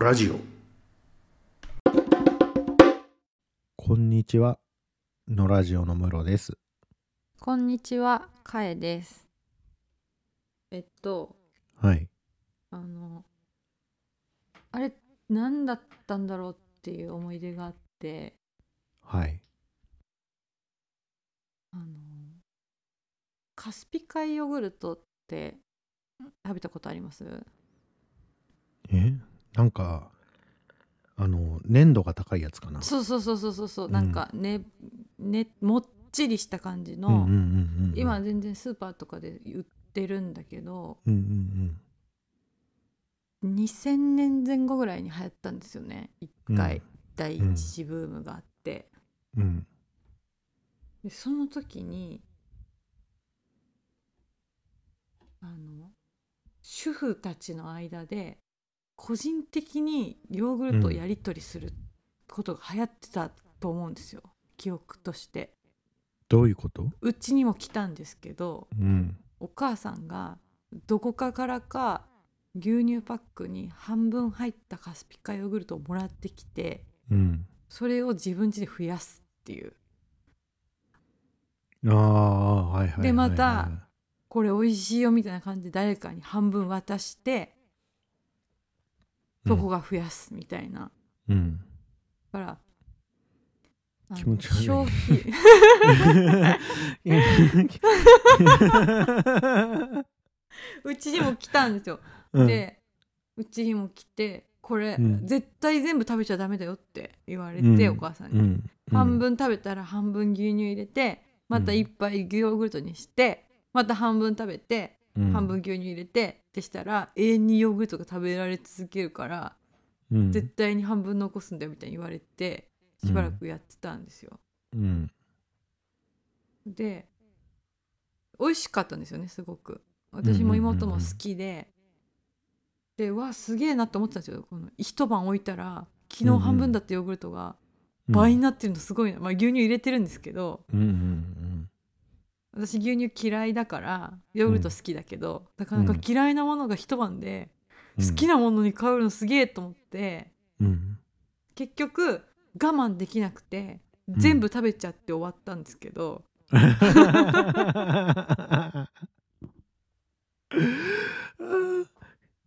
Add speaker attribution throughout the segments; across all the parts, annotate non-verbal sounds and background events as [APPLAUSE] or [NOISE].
Speaker 1: ラジオ
Speaker 2: こんにちは。のラジオのムロです。
Speaker 3: こんにちは、かえです。えっと、
Speaker 2: はい。
Speaker 3: あの、あれ、何だったんだろうっていう思い出があって、
Speaker 2: はい。
Speaker 3: あの、カスピ海ヨーグルトって食べたことあります
Speaker 2: えなんか、あの、粘度が高いやつかな。
Speaker 3: そうそうそうそうそうそう、
Speaker 2: うん
Speaker 3: なんかね、ね、もっちりした感じの、
Speaker 2: うんうんうんうん。
Speaker 3: 今全然スーパーとかで売ってるんだけど、
Speaker 2: うんうん
Speaker 3: 2000年前後ぐらいに流行ったんですよね、一
Speaker 2: うん。
Speaker 3: 回。第一次ブームがあって。
Speaker 2: うん。うん。
Speaker 3: でその時にあの主婦たちの間で個人的にヨーグルトを
Speaker 2: うん
Speaker 3: やり取りすることが流行ってたと思うんですよ、記憶として。
Speaker 2: どういうこと
Speaker 3: うちにも来たんですけど
Speaker 2: うん。
Speaker 3: お母さんがどこかからか牛乳パックに半分入ったカスピカヨーグルトをもらってきて
Speaker 2: うん。
Speaker 3: それを自分家で増やすっていう
Speaker 2: ああ、はいはいはいはい。
Speaker 3: でまたこれ美味しいよみたいな感じで誰かに半分渡して
Speaker 2: うん
Speaker 3: そこが増やすみたいな、 [LAUGHS]
Speaker 2: うん。
Speaker 3: だからあの
Speaker 2: 気持ち悪い
Speaker 3: 消費 [LAUGHS] うちにも来たんですよ、
Speaker 2: うん、
Speaker 3: でうちにも来てこれ、
Speaker 2: うん
Speaker 3: 絶対全部食べちゃダメだよって言われて、
Speaker 2: うん
Speaker 3: お母さ
Speaker 2: う
Speaker 3: んに、
Speaker 2: ん、
Speaker 3: 半分食べたら半分牛乳入れてまた
Speaker 2: うん
Speaker 3: 一杯牛ヨーグルトにしてまた半分食べて
Speaker 2: うん、
Speaker 3: 半分牛乳入れてってしたら永遠にヨーグルトが食べられ続けるから
Speaker 2: うん、
Speaker 3: 絶対に半分残すんだよみたいに言われてしばらくやってたんですよ。
Speaker 2: うん。
Speaker 3: で美味しかったんですよねすごく。私も妹も好きで、でうわすげえなと思ってたんですよこの一晩置いたら昨日半分だったヨーグルトが倍になってるのすごいな、まあ、牛乳入れてるんですけど
Speaker 2: うんうん
Speaker 3: 私牛乳嫌いだからヨーグルト好きだけど、なかなか嫌いなものが一晩で
Speaker 2: うん。
Speaker 3: 好きなものに変わるのすげえと思って。
Speaker 2: うん。
Speaker 3: 結局我慢できなくて全部食べちゃって終わったんですけど、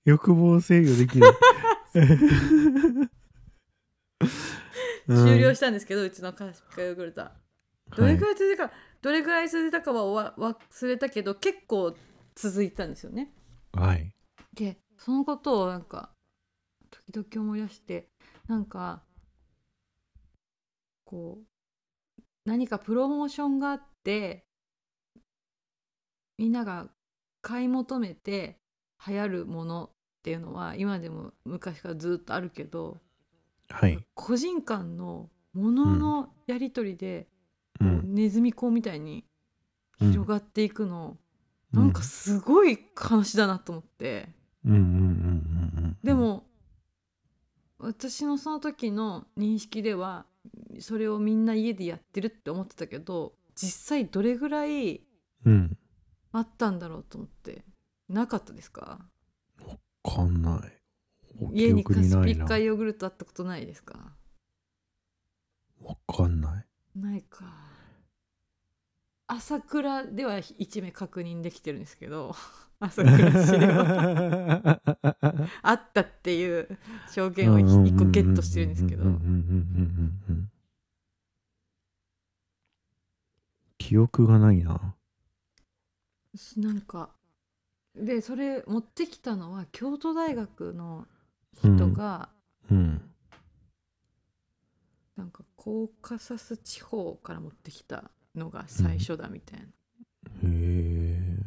Speaker 2: 欲望制御できない。
Speaker 3: 終了したんですけどうちのカスピカヨーグルトは
Speaker 2: うん
Speaker 3: どれくらい続いたか、どれくらい続いたかはわ忘れたけど結構続いたんですよね
Speaker 2: はい。
Speaker 3: でそのことをなんか時々思い出してなんかこう何かプロモーションがあってみんなが買い求めて流行るものっていうのは今でも昔からずっとあるけど、
Speaker 2: はい。
Speaker 3: 個人間のもののやり取りで、
Speaker 2: う。
Speaker 3: こうんネズミ講みたいに
Speaker 2: うん
Speaker 3: 広がっていくの、なんかすごい話だなと思って。
Speaker 2: うんうんうんうんうん。
Speaker 3: で、も、私のその時の認識ではそれをみんな家でやってるって思ってたけど実際どれぐらい
Speaker 2: うん。
Speaker 3: あったんだろうと思ってなかったですか
Speaker 2: わかんない。
Speaker 3: 家に
Speaker 2: 記
Speaker 3: カ
Speaker 2: 憶
Speaker 3: ス
Speaker 2: な
Speaker 3: ピ
Speaker 2: い
Speaker 3: ッ
Speaker 2: な
Speaker 3: カヨーグルトあったことないですか
Speaker 2: わかんない。
Speaker 3: ないか朝倉では一目確認できてるんですけど [LAUGHS] 朝倉市ではあったっていう証言を一一個ゲットしてるんですけど
Speaker 2: うんうんうんうんうんうんうん記憶がないな。
Speaker 3: なんかでそれ持ってきたのは京都大学の
Speaker 2: うん
Speaker 3: 人が、
Speaker 2: うん。
Speaker 3: なんかコーカサス地方から持ってきたのが最初だみたいな、
Speaker 2: へえ。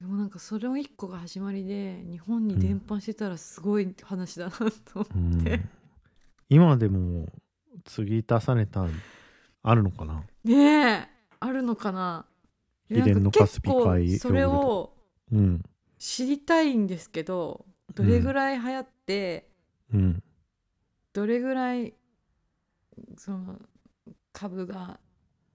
Speaker 3: でもなんかそれを一個が始まりで日本に伝播してたらすごい話だなと思
Speaker 2: う
Speaker 3: っ
Speaker 2: ん
Speaker 3: て、
Speaker 2: 今でも継ぎ足されたあるのかな。
Speaker 3: ねえあるのかなで
Speaker 2: 秘伝の
Speaker 3: なんか
Speaker 2: カスピ海
Speaker 3: 結構それ
Speaker 2: ヨーグル
Speaker 3: を
Speaker 2: うん。
Speaker 3: 知りたいんですけどどれぐらい流行って、
Speaker 2: うん。
Speaker 3: どれぐらいその株が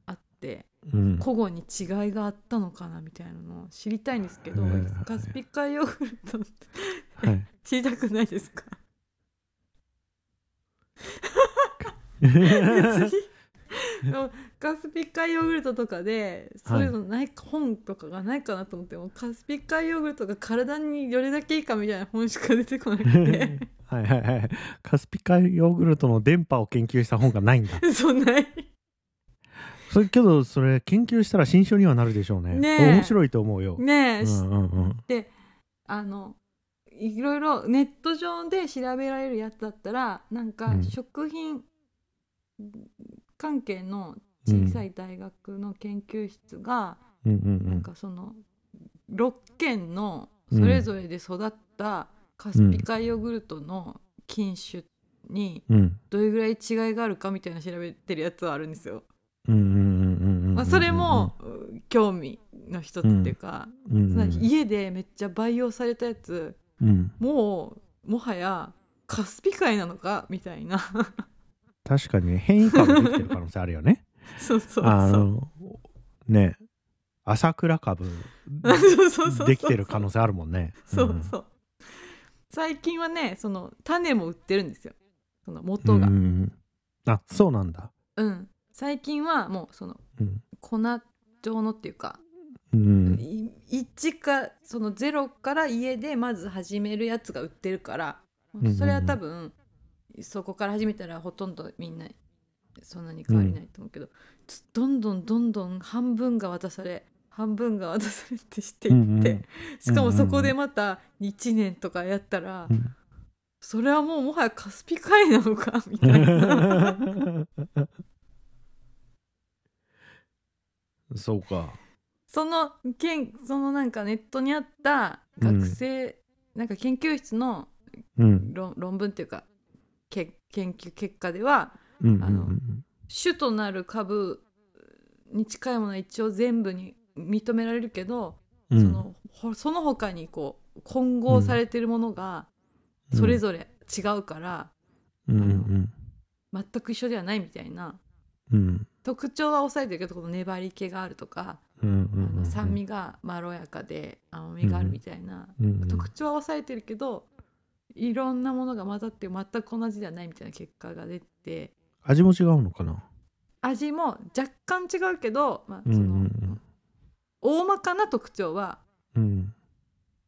Speaker 3: あって
Speaker 2: うん。
Speaker 3: 個々に違いがあったのかなみたいなのを知りたいんですけど、
Speaker 2: はいはいはい
Speaker 3: カスピ海ヨーグルト [LAUGHS]
Speaker 2: はい。 [LAUGHS]
Speaker 3: 知りたくないですか次もうカスピ海ヨーグルトとかでそういうのない、本とかがないかなと思ってもカスピ海ヨーグルトが体にどれだけいいかみたいな本しか出てこな
Speaker 2: [LAUGHS]
Speaker 3: くて
Speaker 2: はいはいはい。カスピ海ヨーグルトの電波を研究した本がないんだ。
Speaker 3: そんない
Speaker 2: それけど、それ研究したら新書にはなるでしょうね。
Speaker 3: ねえ
Speaker 2: 面白いと思うよ。
Speaker 3: ねえ、
Speaker 2: う
Speaker 3: し
Speaker 2: んうんうん。
Speaker 3: あのいろいろネット上で調べられるやつだったらなんか
Speaker 2: うん
Speaker 3: 食品関係の小さい大学の研究室が、
Speaker 2: うんうんう
Speaker 3: なん
Speaker 2: ん。
Speaker 3: かその6軒のそれぞれで育ったカスピ海ヨーグルトの菌種に
Speaker 2: うん
Speaker 3: どれぐらい違いがあるかみたいな調べてるやつはあるんですよ。
Speaker 2: うんうんうんうんうんうん。
Speaker 3: まあ、それも、う興味の一つっていうか、
Speaker 2: うんうんうん、
Speaker 3: 家でめっちゃ培養されたやつ
Speaker 2: うん、
Speaker 3: もうもはやカスピ海なのかみたいな [LAUGHS]
Speaker 2: 確かにね変異株できてる可能性あるよね。
Speaker 3: そうそう
Speaker 2: あ
Speaker 3: そう
Speaker 2: のね朝倉株
Speaker 3: そうそうそう
Speaker 2: できてる可能性あるもんね。
Speaker 3: そうそう最近はねその種も売ってるんですよその
Speaker 2: うん
Speaker 3: 元が
Speaker 2: うんうんあそうなんだ。
Speaker 3: うん最近はもうその
Speaker 2: うん
Speaker 3: 粉状のっていうか、
Speaker 2: うん
Speaker 3: い1かその0から家でまず始めるやつが売ってるから
Speaker 2: んうん
Speaker 3: それは多分そこから始めたらほとんどみんなそんなに変わりないと思うけど、つどんどんどんどん半分が渡され半分が渡されってしていって、
Speaker 2: うんうん
Speaker 3: しかもそこでまた1年とかやったら、
Speaker 2: うん
Speaker 3: それはもうもはやカスピ海なのかみた
Speaker 2: [LAUGHS]
Speaker 3: いな
Speaker 2: そうか。
Speaker 3: そのけんそのなんかネットにあった学生、なんか研究室の
Speaker 2: うん
Speaker 3: 論論文っていうかけ研究結果では
Speaker 2: うんうん
Speaker 3: あの種となる株に近いものは一応全部に認められるけど、
Speaker 2: うん
Speaker 3: そのほその他にこう混合されてるものがそれぞれ違うから、
Speaker 2: うんうん
Speaker 3: 全く一緒ではないみたいな
Speaker 2: うん
Speaker 3: 特徴は抑えてるけどこの粘り気があるとか、
Speaker 2: うんうんうん
Speaker 3: あ
Speaker 2: うん
Speaker 3: の酸味がまろやかで甘みがあるみたいな、
Speaker 2: うんうん
Speaker 3: 特徴は抑えてるけどいろんなものが混ざって全く同じではないみたいな結果が出て
Speaker 2: 味も違うのかな。
Speaker 3: 味も若干違うけど、まあ
Speaker 2: う
Speaker 3: そ
Speaker 2: んう
Speaker 3: の
Speaker 2: ん
Speaker 3: 大まかな特徴は
Speaker 2: うんうん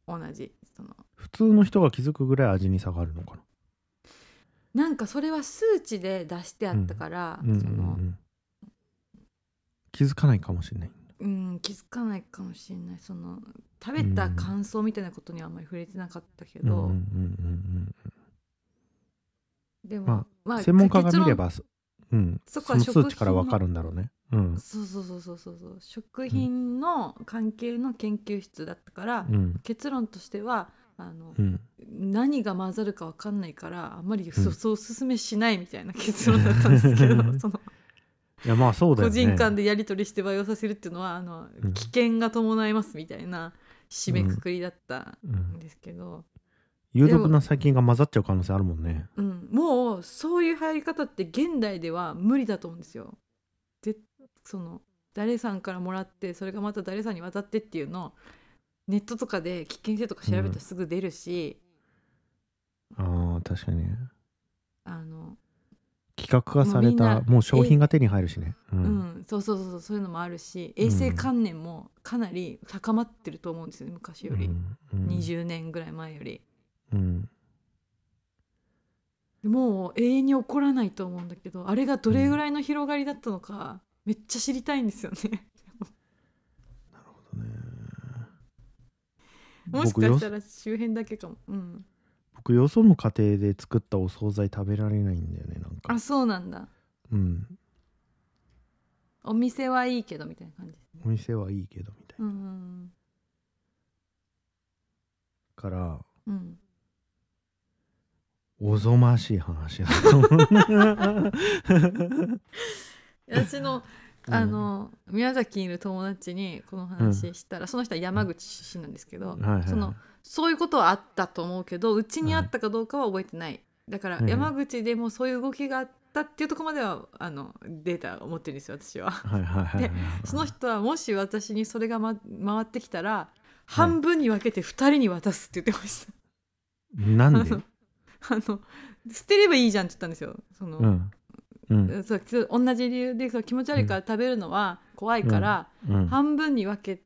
Speaker 3: 同じその
Speaker 2: 普通の人が気づくぐらい味に差があるのかな。
Speaker 3: なんかそれは数値で出してあったから、
Speaker 2: うんうん
Speaker 3: その
Speaker 2: うん気づかないかもしれない。
Speaker 3: うん、気づかないかもしれないその食べた感想みたいなことにはあんまり触れてなかったけ
Speaker 2: うんうん
Speaker 3: ど、
Speaker 2: うんうん
Speaker 3: でも、
Speaker 2: ま
Speaker 3: ま
Speaker 2: うん専門家が見れ
Speaker 3: 結論
Speaker 2: ばそ,、うん、
Speaker 3: そ
Speaker 2: そ
Speaker 3: こは
Speaker 2: の
Speaker 3: 食品
Speaker 2: 数値からわかるんだろうね。うん
Speaker 3: そうそうそうそうそうそう食品の関係の研究室だったから、
Speaker 2: うん
Speaker 3: 結論としてはあの、
Speaker 2: うん、
Speaker 3: 何が混ざるかわかんないからあんまりそ、そうおすすめしないみたいな結論だったんですけど
Speaker 2: [LAUGHS]
Speaker 3: その
Speaker 2: いやまあそうだよ
Speaker 3: 個
Speaker 2: ね。
Speaker 3: 人間でやり取りして培養させるっていうのはあの、
Speaker 2: うん
Speaker 3: 危険が伴いますみたいな締めくくりだった
Speaker 2: うん
Speaker 3: んですけど、
Speaker 2: 有毒な細菌が混ざっちゃう可能性あるもんね。
Speaker 3: うん、もうそういう入り方って現代では無理だと思うんですよ。でその誰さんからもらってそれがまた誰さんに渡ってっていうのをネットとかで危険性とか調べたらすぐ出るし、
Speaker 2: ああ確かにね。
Speaker 3: あの
Speaker 2: 企画化され
Speaker 3: もう
Speaker 2: た
Speaker 3: みんな
Speaker 2: もう商品が手に入るしね。う、
Speaker 3: うんんそうそうそうそういうのもあるし衛生観念もかなり高まってると思うんですよね昔より、
Speaker 2: うん、
Speaker 3: 20年ぐらい前より。
Speaker 2: うん
Speaker 3: もう永遠に起こらないと思うんだけどあれがどれぐらいの広がりだったのか、めっちゃ知りたいんですよね
Speaker 2: そうね
Speaker 3: もし
Speaker 2: 僕
Speaker 3: か
Speaker 2: よ
Speaker 3: したら周辺だけかも、うん、
Speaker 2: 僕よその家庭で作ったお惣菜食べられないんだよねなんか
Speaker 3: あそうなんだ
Speaker 2: うん
Speaker 3: お店はいいけどみたいな感じですね
Speaker 2: お店はいいけどみたいな
Speaker 3: うん
Speaker 2: から
Speaker 3: うん
Speaker 2: おぞましい話だと思う
Speaker 3: 私の
Speaker 2: うん
Speaker 3: あの、宮崎にいる友達にこの話したら、その人は山口出身なんですけど、
Speaker 2: はいはいはい
Speaker 3: そのそういうことはあったと思うけどうちにあったかどうかは覚えてない、だから
Speaker 2: うん
Speaker 3: 山口でもそういう動きがあったっていうところまではあのデータを持ってるんですよ私は。
Speaker 2: はいはいはいはい
Speaker 3: その人はもし私にそれが、ま、回ってきたら半分に分けて2人に渡すって言ってました。
Speaker 2: なんで
Speaker 3: あの捨てればいいじゃんって言ったんですよその、
Speaker 2: うんうん
Speaker 3: そうそう同じ理由でそう気持ち悪いから食べるのは怖いから、
Speaker 2: うん
Speaker 3: 半分に分け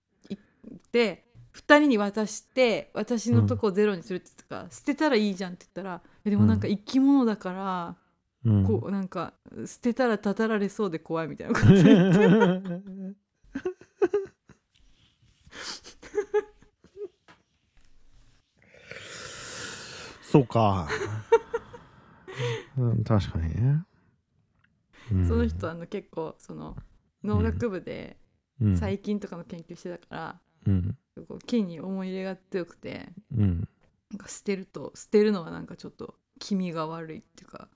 Speaker 3: て2人に渡して私のとこをゼロにするって言ったから、捨てたらいいじゃんって言ったらえでもなんか生き物だから、
Speaker 2: うん
Speaker 3: こうなんか捨てたらたたられそうで怖いみたいなこと言って
Speaker 2: そうか、うん、確かにね、うん
Speaker 3: その人はあの結構その農学部で
Speaker 2: うん
Speaker 3: 細菌とかの研究してたから、
Speaker 2: うん
Speaker 3: こう菌に思い入れが強くて
Speaker 2: うん
Speaker 3: なんか捨てると捨てるのはなんかちょっと気味が悪いっていうか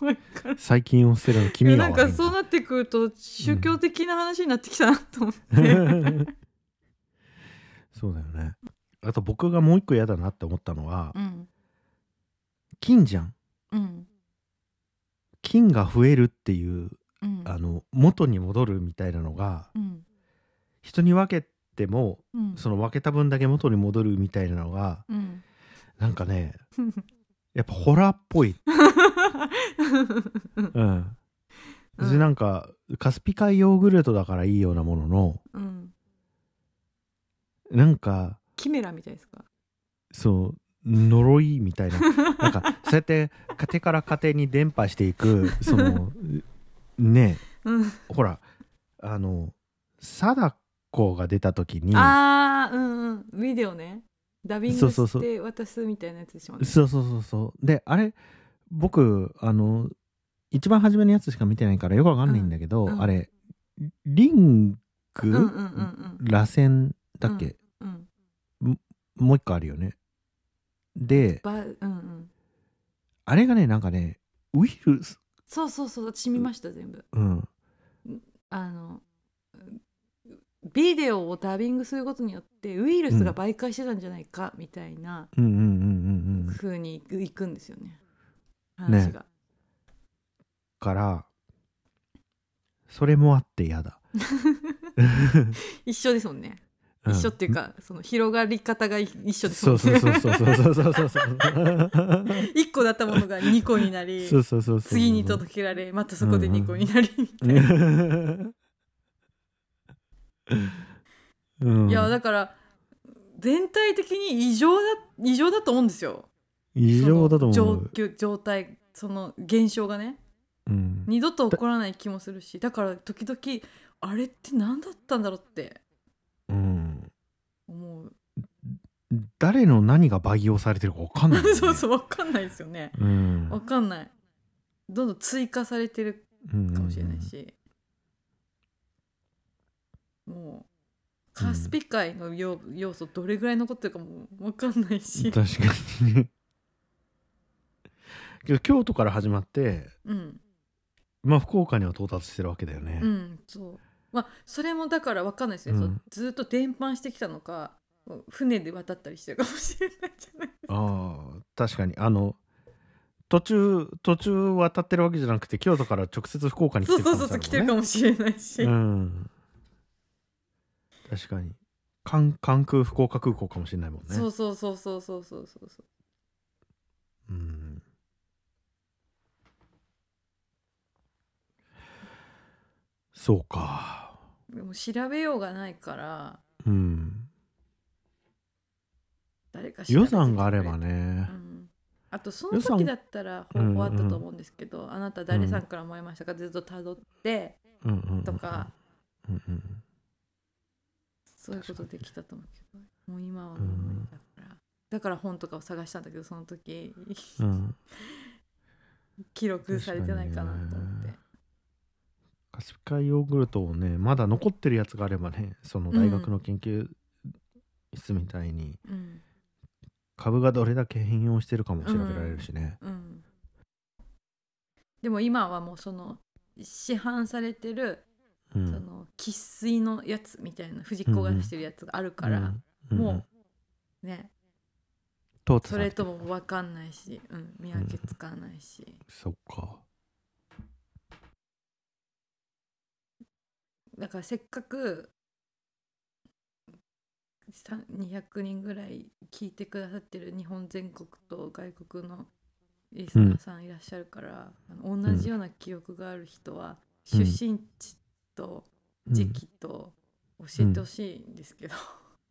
Speaker 3: 怖いから。
Speaker 2: 最近を捨てるの君が
Speaker 3: なん
Speaker 2: 悪い
Speaker 3: かそうなってくると宗教的な話になってきたな
Speaker 2: [LAUGHS]
Speaker 3: と思って、
Speaker 2: そうだよねあと僕がもう一個嫌だなって思ったのは
Speaker 3: うん
Speaker 2: 金じゃん
Speaker 3: うん
Speaker 2: 金が増えるっていう
Speaker 3: うん
Speaker 2: あの元に戻るみたいなのが
Speaker 3: うん
Speaker 2: 人に分けても
Speaker 3: うん
Speaker 2: その分けた分だけ元に戻るみたいなのが
Speaker 3: うん [LAUGHS]
Speaker 2: なんかねやっぱホラーっぽい、うん、
Speaker 3: うん
Speaker 2: 別になんかカスピ海ヨーグルトだからいいようなものの
Speaker 3: うん
Speaker 2: なんか
Speaker 3: キメラみたいですか
Speaker 2: そう呪いみたいななんかそうやって家庭から家庭に伝播していくそのね
Speaker 3: うん
Speaker 2: ほらあの貞子が出た時に
Speaker 3: ああうんうんビデオねダビン
Speaker 2: そ
Speaker 3: グ
Speaker 2: うそうそう
Speaker 3: して渡すみたいなやつでしょうね
Speaker 2: そうそうそうそうであれ僕あの一番初めのやつしか見てないからよくわかんないんだけど、
Speaker 3: うんうん
Speaker 2: あれリンク、
Speaker 3: うんうんうん
Speaker 2: 螺旋だっけ、
Speaker 3: うんうん
Speaker 2: もう一個あるよねで
Speaker 3: ばうんうん
Speaker 2: あれがねなんかねウイルス
Speaker 3: そうそうそう私見ました全部
Speaker 2: うん
Speaker 3: あのビデオをダビングすることによってウイルスが媒介してたんじゃないかみたいな
Speaker 2: うんうんうんうんうん
Speaker 3: 風にいくんですよね
Speaker 2: ね
Speaker 3: 話が、
Speaker 2: からそれもあって嫌
Speaker 3: [LAUGHS]
Speaker 2: だ、
Speaker 3: 一緒ですもんね
Speaker 2: ん
Speaker 3: 一緒っていうか、その広がり方がい一緒です
Speaker 2: そ
Speaker 3: もん
Speaker 2: う
Speaker 3: ね
Speaker 2: そうそう
Speaker 3: [LAUGHS]
Speaker 2: そうそうそうそうそうそう
Speaker 3: 1個だったものが2個になり
Speaker 2: そうそうそうそう
Speaker 3: 次に届けられまたそこで2個になり、
Speaker 2: うん、
Speaker 3: いやだから全体的に異常だ異常だと思うんですよ
Speaker 2: 異常だと
Speaker 3: そ
Speaker 2: 思
Speaker 3: の
Speaker 2: う、
Speaker 3: 状況状態その現象がね
Speaker 2: うん、
Speaker 3: 二度と起こらない気もするしだから時々あれって何だったんだろうって
Speaker 2: うん
Speaker 3: 思う [LAUGHS]
Speaker 2: 誰の何が培養されてるか分かんない、ね、、
Speaker 3: [LAUGHS] そうそうう分かんないですよね
Speaker 2: うん、
Speaker 3: 分かんないどんどん追加されてるかもしれないし、もうカスピ海の要要素どれぐらい残ってるかも分かんない
Speaker 2: うん、
Speaker 3: し、
Speaker 2: 確かに [LAUGHS] けど京都から始まって
Speaker 3: うん、
Speaker 2: まあ福岡には到達してるわけだよね、
Speaker 3: うん、そうまあそれもだから分かんないですね、
Speaker 2: うん
Speaker 3: そうずっと伝播してきたのか船で渡ったりしてるかもしれないじゃ
Speaker 2: [LAUGHS]
Speaker 3: ない
Speaker 2: ああ確かにあの途中途中渡ってるわけじゃなくて京都から直接福岡に来
Speaker 3: そ
Speaker 2: て
Speaker 3: う
Speaker 2: る
Speaker 3: そうそうそう来てるかもしれないし、
Speaker 2: うん確かに関関空福岡空港かもしれないもんね
Speaker 3: そうそうそうそうそうそうそうそう
Speaker 2: うんそうか
Speaker 3: でも調べようがないから
Speaker 2: うん
Speaker 3: 誰か調べて
Speaker 2: 予算があれば
Speaker 3: くれ
Speaker 2: ね
Speaker 3: う、んあとその
Speaker 2: 予算
Speaker 3: 時だったら方法あったと思うんですけど、あなた誰さんから思いましたか、ずっとたどって
Speaker 2: うんうんうん、
Speaker 3: とか、
Speaker 2: うんうん、
Speaker 3: そういうことできたと思うけどもう今はもう無理だから、だから本とかを探したんだけどその時
Speaker 2: うん、
Speaker 3: 記録されてないかなと思って、
Speaker 2: カスピ海ヨーグルトをねまだ残ってるやつがあればねその大学の研究室みたいに
Speaker 3: うん
Speaker 2: 株がどれだけ変容してるかも調べられるしね、
Speaker 3: うん、でも今はもうその市販されてる
Speaker 2: うん
Speaker 3: その生粋のやつみたいな藤子が出してるやつがあるから、、
Speaker 2: うん
Speaker 3: もうんね
Speaker 2: 淘汰
Speaker 3: そ
Speaker 2: され
Speaker 3: れ
Speaker 2: て
Speaker 3: とも分かんないし、うん、見分けつかないし、
Speaker 2: そっか
Speaker 3: だからせっかくさん200人ぐらい聞いてくださってる日本全国と外国のリスナーさんいらっしゃるから、あの同じような記憶がある人は、
Speaker 2: うん
Speaker 3: 出身地と
Speaker 2: うん
Speaker 3: 時期と教えてほしいんですけど、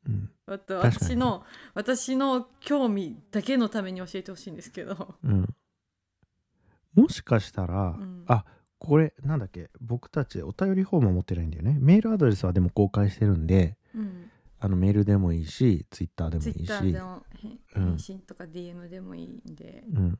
Speaker 2: うん
Speaker 3: あと
Speaker 2: 確かに
Speaker 3: [LAUGHS] 私の私の興味だけのために教えてほしいんですけど、
Speaker 2: うんもしかしたら、
Speaker 3: うん
Speaker 2: あこれなんだっけ僕たちお便りフォームは持ってないんだよねメールアドレスはでも公開してるんで
Speaker 3: うん、
Speaker 2: あのメールでもいいしツイッターでも
Speaker 3: ツイ
Speaker 2: いい
Speaker 3: ッタ
Speaker 2: し
Speaker 3: ーの返
Speaker 2: うん
Speaker 3: 返信とか DM でもいいんで、
Speaker 2: うん、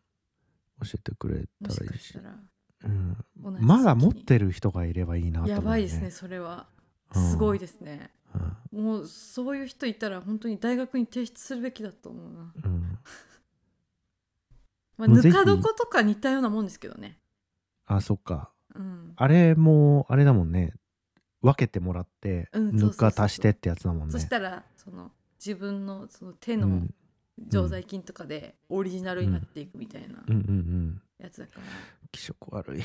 Speaker 2: 教えてくれ
Speaker 3: も
Speaker 2: た
Speaker 3: し
Speaker 2: らい
Speaker 3: か
Speaker 2: いし
Speaker 3: したら
Speaker 2: うん、
Speaker 3: 同じ
Speaker 2: まだ持っ
Speaker 3: る
Speaker 2: てる人がいればいいなと思う、ね、
Speaker 3: やばいですね、それは
Speaker 2: うん
Speaker 3: すごいですね、
Speaker 2: うん
Speaker 3: もうそういう人いたら本当に大学に提出するべきだと思うな、
Speaker 2: うん、
Speaker 3: まあ、
Speaker 2: もうぜ
Speaker 3: ぬ
Speaker 2: ひ
Speaker 3: か床とか似たようなもんですけどね
Speaker 2: あそっか
Speaker 3: うん
Speaker 2: あれもあれだもんね分けてもらって、
Speaker 3: うんそう
Speaker 2: ぬ
Speaker 3: そう
Speaker 2: か
Speaker 3: そう
Speaker 2: 足してってやつだもんね
Speaker 3: そしたらその自分のその手
Speaker 2: う
Speaker 3: の
Speaker 2: ん
Speaker 3: 常在菌とかでオリジナルになっていくみたいな
Speaker 2: うんうんうん
Speaker 3: やつだから、
Speaker 2: 気色悪い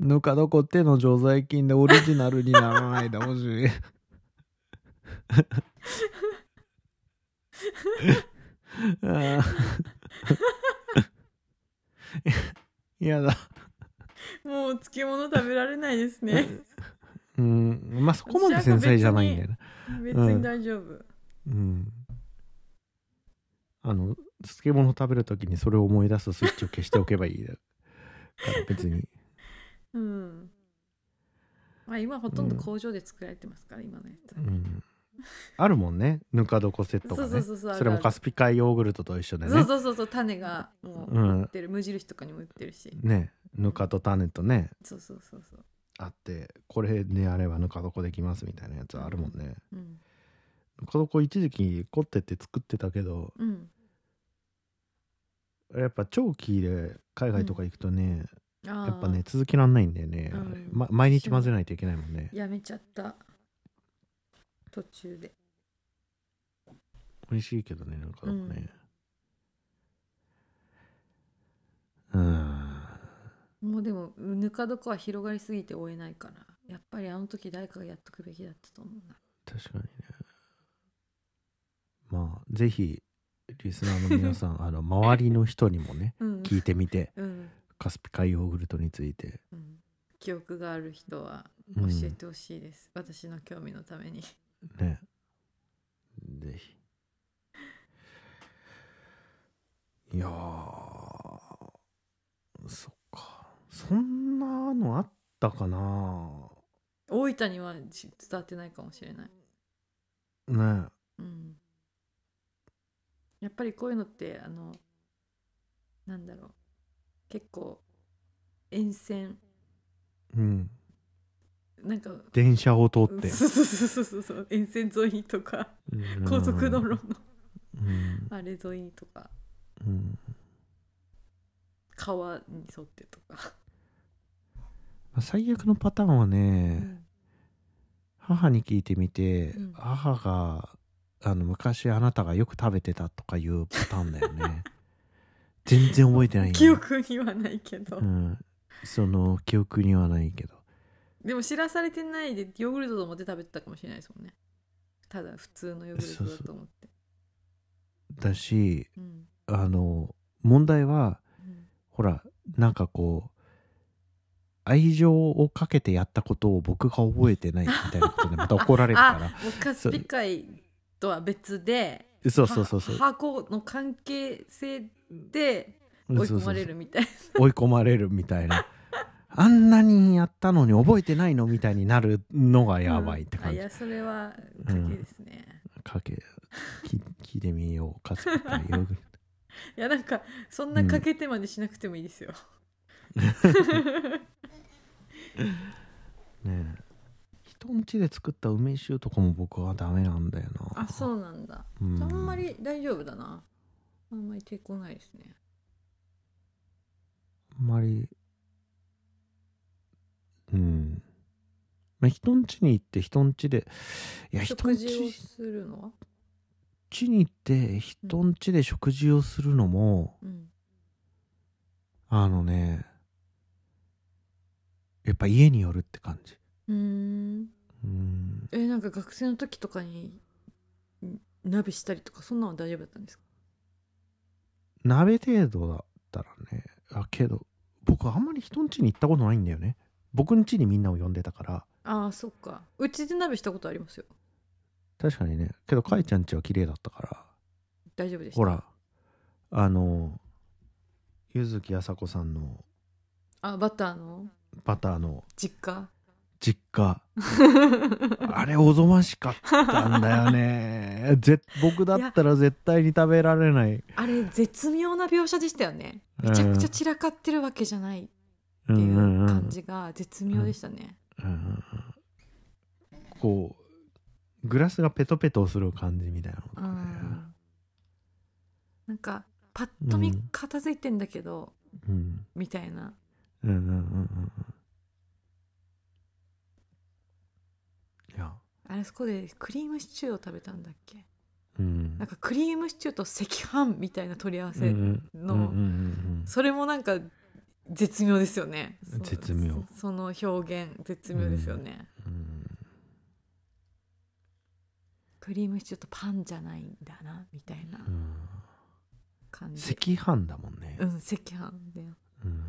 Speaker 2: ぬか床手の常在菌でオリジナルにならないでほしいあーやだ
Speaker 3: もう漬物食べられないですね
Speaker 2: うんまあそこまで繊細じゃないんだよね
Speaker 3: 別に大丈夫、
Speaker 2: うんあの漬物食べるときにそれを思い出すスイッチを消しておけばいいだから別に
Speaker 3: うん。まあ今ほとんど工場で作られてますから、今のやつ
Speaker 2: う
Speaker 3: はね。
Speaker 2: んあるもんねぬか床セットがね
Speaker 3: そうそう
Speaker 2: それもカ
Speaker 3: ス
Speaker 2: スピ海ヨーグルトと一緒で
Speaker 3: そ
Speaker 2: ね
Speaker 3: うそうそうそう種がも
Speaker 2: うん
Speaker 3: う売ってる、無印とかにも売ってるし。
Speaker 2: ねぬかと種とね
Speaker 3: そうそうそうそう。
Speaker 2: あってこれであればぬか床できますみたいなやつあるもんね
Speaker 3: うん。
Speaker 2: ぬか床一時期凝ってて作ってたけど
Speaker 3: うん。
Speaker 2: やっぱ長期で海外とか行くとね、
Speaker 3: ああ。
Speaker 2: やっぱね。続けらんないんだよね、
Speaker 3: うん
Speaker 2: あれま毎日混ぜないといけないもんね
Speaker 3: やめちゃった。途中で。
Speaker 2: 美味しいけどねなんかねうん
Speaker 3: もうでもぬか床は広がりすぎて追えないから。やっぱりあの時誰かがやっとくべきだったと思うな。
Speaker 2: 確かにねまあぜひリスナーの皆さんあの周りの人にもね
Speaker 3: うん。
Speaker 2: 聞いてみて
Speaker 3: うん。
Speaker 2: カスピ海ヨーグルトについて、
Speaker 3: うん。記憶がある人は
Speaker 2: う
Speaker 3: 教
Speaker 2: ん
Speaker 3: えてほしいです、私の興味のために。 [LAUGHS]
Speaker 2: ねぜひいやーそっかそんなのあったかな
Speaker 3: 大分にはし伝わってないかもしれない、
Speaker 2: ね
Speaker 3: うん、やっぱりこういうのってあのなんだろう結構沿線
Speaker 2: うん
Speaker 3: なんか
Speaker 2: 電車を通って
Speaker 3: そうそうそうそうそう沿線沿いとか高速道路の
Speaker 2: うん
Speaker 3: あれ沿いとか
Speaker 2: うん
Speaker 3: 川に沿ってとか、
Speaker 2: まあ最悪のパターンはね、母に聞いてみて、
Speaker 3: うん
Speaker 2: 母があの昔あなたがよく食べてたとかいうパターンだよ
Speaker 3: [LAUGHS]
Speaker 2: ね全然覚えてないよね
Speaker 3: 記憶にはないけど、
Speaker 2: うん、その記憶にはないけど
Speaker 3: でも知らされてないでヨーグルトと思って食べてたかもしれないですもんねただ普通のヨーグルトだと思って
Speaker 2: だし
Speaker 3: うん
Speaker 2: あの問題は
Speaker 3: うん
Speaker 2: ほらなんかこう愛情をかけてやったことを僕が覚えてないみたいなことでまた怒られるか
Speaker 3: [LAUGHS] あ
Speaker 2: ら
Speaker 3: もうカスピ海とは別で
Speaker 2: そうそうそうそう
Speaker 3: 箱の関係性で追い込まれるみたい
Speaker 2: 追い込まれるみたいなあんなにやったのに覚えてないのみたいになるのが
Speaker 3: な
Speaker 2: やばいって感じ、
Speaker 3: うんあいやそれは賭けですね、
Speaker 2: かけき聞いてみようかつみたいなヨーグルト
Speaker 3: いやなんかそんな賭けてまでしなくてもいいです [LAUGHS] よ、
Speaker 2: ねえ人ん家で作った梅酒とかも僕はダメなんだよな
Speaker 3: あそうなんだ
Speaker 2: う、
Speaker 3: あんまり大丈夫だなあんまり抵抗ないですね
Speaker 2: あんまりうんまあ人ん家に行って人ん家でいや人
Speaker 3: 食
Speaker 2: ん
Speaker 3: 事を
Speaker 2: 家
Speaker 3: するのは
Speaker 2: 家に行って人ん家で食事をするのも、
Speaker 3: うん
Speaker 2: あのね、やっぱ家によるって感じ。
Speaker 3: うーん
Speaker 2: うん。
Speaker 3: えーなんか学生の時とかにん鍋したりとかそんなの大丈夫だったんですか
Speaker 2: 鍋程度だったらねあけど僕あんまり人ん家に行ったことないんだよね僕ん家にみんなを呼んでたから
Speaker 3: ああそっかうちで鍋したことありますよ
Speaker 2: 確かにねけどかいちゃん家は綺麗だったから
Speaker 3: 大丈夫でした
Speaker 2: ほらあの柚木あさこさんの
Speaker 3: あバターの
Speaker 2: バターの
Speaker 3: 実家
Speaker 2: 実
Speaker 3: [LAUGHS]
Speaker 2: 家あれおぞましかったんだよねぜ僕だったら絶対に食べられない
Speaker 3: あれ絶妙な描写でしたよねめちゃくちゃ散らかってるわけじゃないっていう感じが絶妙でしたね、
Speaker 2: うんうんうんうんこうグラスがペトペトする感じみたいな
Speaker 3: う
Speaker 2: の
Speaker 3: ん
Speaker 2: がね
Speaker 3: なんかパッと見
Speaker 2: うん
Speaker 3: 片付いてんだけど、
Speaker 2: うん
Speaker 3: みたいな
Speaker 2: うんうんうんうんいや
Speaker 3: あれそこでクリームシチューを食べたんだっけ
Speaker 2: うん
Speaker 3: なんかクリームシチューと赤飯みたいな取り合わせ、
Speaker 2: う
Speaker 3: の
Speaker 2: んうんうん
Speaker 3: それもなんか絶妙ですよねそ
Speaker 2: 絶妙
Speaker 3: そその表現絶妙ですよね、
Speaker 2: うんうん
Speaker 3: クリームシチューとパンじゃないんだなみたいな
Speaker 2: うん
Speaker 3: 感じ、
Speaker 2: 赤飯だもんね
Speaker 3: うん、赤飯で
Speaker 2: うん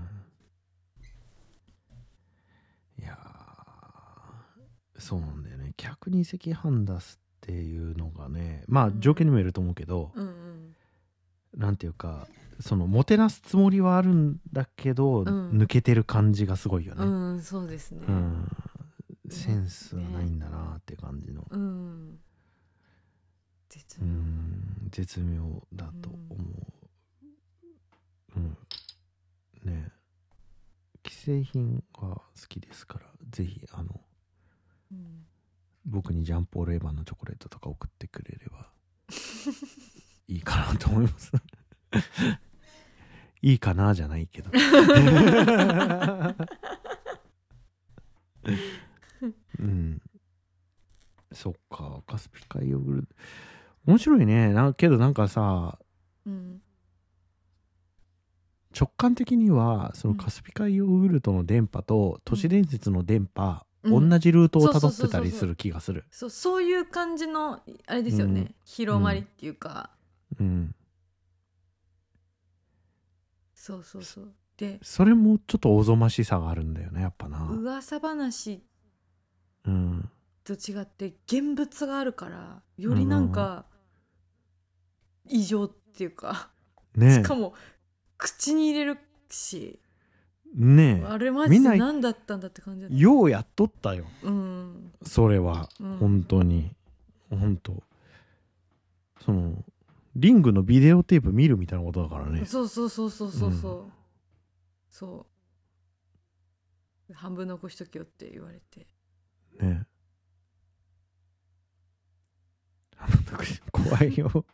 Speaker 2: いやーそうなんだよね客に赤飯出すっていうのがねまあ
Speaker 3: うん
Speaker 2: 条件にもよると思うけど、
Speaker 3: うんうん
Speaker 2: なんていうかそのもてなすつもりはあるんだけど、
Speaker 3: ん
Speaker 2: 抜けてる感じがすごいよね、
Speaker 3: うんそうですね
Speaker 2: うんセンスがないんだなって感じの、
Speaker 3: うん絶
Speaker 2: う
Speaker 3: 妙、
Speaker 2: ん絶妙だと思ううん、ね既製品が好きですからぜひあの
Speaker 3: うん
Speaker 2: 僕にジャンポール・エヴァンのチョコレートとか送ってくれればいいかなと思います [LAUGHS] いいかなじゃないけど [LAUGHS] うんそっかカスピ海ヨーグルト面白いねなけどなんかさ
Speaker 3: うん
Speaker 2: 直感的にはその
Speaker 3: うん
Speaker 2: カスピ海ヨーグルトの電波と都市伝説の電波、
Speaker 3: うん
Speaker 2: 同じルートをたどっ
Speaker 3: そうそうそう
Speaker 2: て
Speaker 3: そ
Speaker 2: た
Speaker 3: う
Speaker 2: りする気がする
Speaker 3: そうそういう感じのあれですよね、
Speaker 2: うん
Speaker 3: 広まりっていうか、
Speaker 2: うん
Speaker 3: そうそうそうで
Speaker 2: それもちょっとおぞましさがあるんだよねやっぱな
Speaker 3: 噂話
Speaker 2: うん
Speaker 3: と違って現物があるからよりなんか異常っていうか、
Speaker 2: ね
Speaker 3: しかも口に入れるし、
Speaker 2: えね
Speaker 3: あれマジ
Speaker 2: みんな
Speaker 3: で何だったんだって感じだ
Speaker 2: えようやっとったよ
Speaker 3: うん
Speaker 2: それは、
Speaker 3: うん
Speaker 2: 本当に本当そのリングのビデオテープ見るみたいなことだからね
Speaker 3: そうそうそうそうそうそう、そう半分残しとけよって言われて [LAUGHS]
Speaker 2: ねえ怖いよ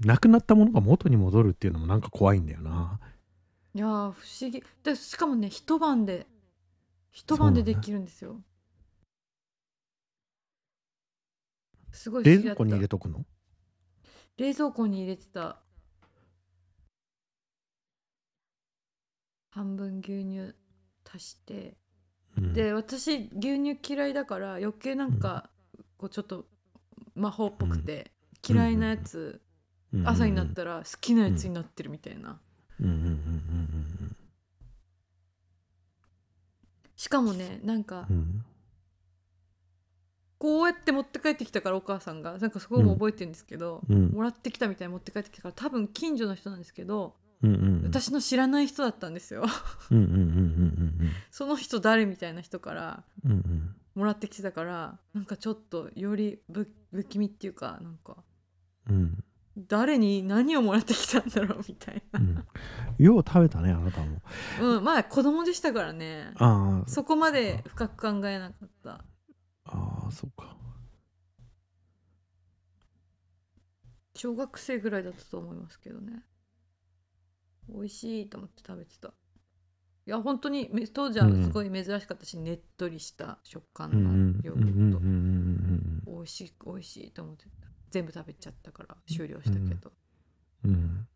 Speaker 2: なくなったものが元に戻るっていうのもなんか怖いんだよない
Speaker 3: やー不思議でしかもね一晩で一晩でできるんですよ、すごい不
Speaker 2: 冷
Speaker 3: 思議だ
Speaker 2: 蔵
Speaker 3: った
Speaker 2: 庫に入れとくの
Speaker 3: 冷蔵庫に入れてた半分牛乳足して
Speaker 2: うん
Speaker 3: で私牛乳嫌いだから余計なんかこうちょっと魔法っぽくて
Speaker 2: うん
Speaker 3: 嫌いなやつ
Speaker 2: うん
Speaker 3: 朝になったら好きなやつになってるみたいな
Speaker 2: うんうんうん
Speaker 3: しかもねなんか
Speaker 2: うんうんうん
Speaker 3: こうやって持って帰ってきたからお母さんがなんかそこも覚えてるんですけど
Speaker 2: うん
Speaker 3: もらってきたみたいに持って帰ってきたから多分近所の人なんですけど
Speaker 2: うんうんうん
Speaker 3: 私の知らない人だったんですよ [LAUGHS]
Speaker 2: うんうんうんうん
Speaker 3: その人誰みたいな人から
Speaker 2: うんうんうん
Speaker 3: もらってきてたからなんかちょっとよりぶ不気味っていうかなんか
Speaker 2: うん
Speaker 3: 誰に何をもらってきたんだろうみたいな
Speaker 2: うんよう食べたねあなたも
Speaker 3: うんまあ子供でしたからね
Speaker 2: ああ
Speaker 3: そこまで深く考えなかった
Speaker 2: ああそっか
Speaker 3: 小学生ぐらいだったと思いますけどね美味しいと思って食べてたいや本当にめ当時はすごい珍しかったし、ねっとりした食感
Speaker 2: うんうん
Speaker 3: のヨー
Speaker 2: うんうん
Speaker 3: グルト、
Speaker 2: うんうん
Speaker 3: 美味しい美味しいと思ってた全部食べちゃったから終了したけど、
Speaker 2: うんうん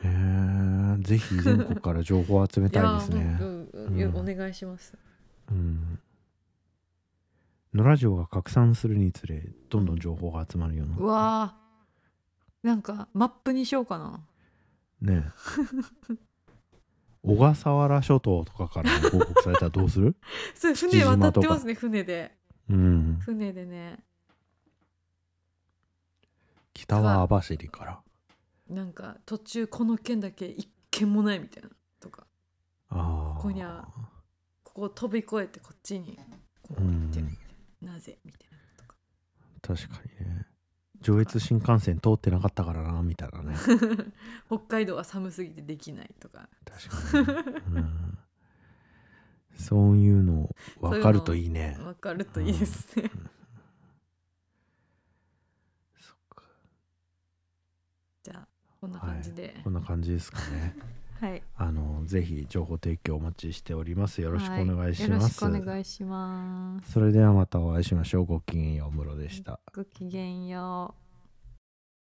Speaker 2: へえぜひ全国から情報を集めたいです
Speaker 3: いや
Speaker 2: ね
Speaker 3: ー。もううんうん
Speaker 2: うん
Speaker 3: お願いします。
Speaker 2: うん。野良城が拡散するにつれ、どんどん情報が集まるようになっ
Speaker 3: うわーなんかマップにしよう
Speaker 2: [LAUGHS]
Speaker 3: かな。
Speaker 2: ねえ小笠原諸島とかから報告されたらどうする
Speaker 3: それ船渡ってますね船で
Speaker 2: うん
Speaker 3: 船でね
Speaker 2: 北は網走から
Speaker 3: なんか途中この県だけ一軒もないみたいなとか
Speaker 2: ああ
Speaker 3: ここにはここを飛び越えてこっちにこう行ってるみたいな、なぜみたいなとか
Speaker 2: 確かにね上越新幹線通ってなかったからなみたいなね
Speaker 3: [LAUGHS] 北海道は寒すぎてできないとか
Speaker 2: 確かにね、うん、そういうの分かるといいね
Speaker 3: わかるといいですね、
Speaker 2: そっか
Speaker 3: じゃあこんな感じで
Speaker 2: こんな感じですかね
Speaker 3: はい、
Speaker 2: あのぜひ情報提供お待ちしておりますよろしくお願いし
Speaker 3: はよ
Speaker 2: ま
Speaker 3: ろしく
Speaker 2: す、
Speaker 3: お願いします
Speaker 2: それではまたお会いしましょうごきげんようムロでした
Speaker 3: ごきげんよう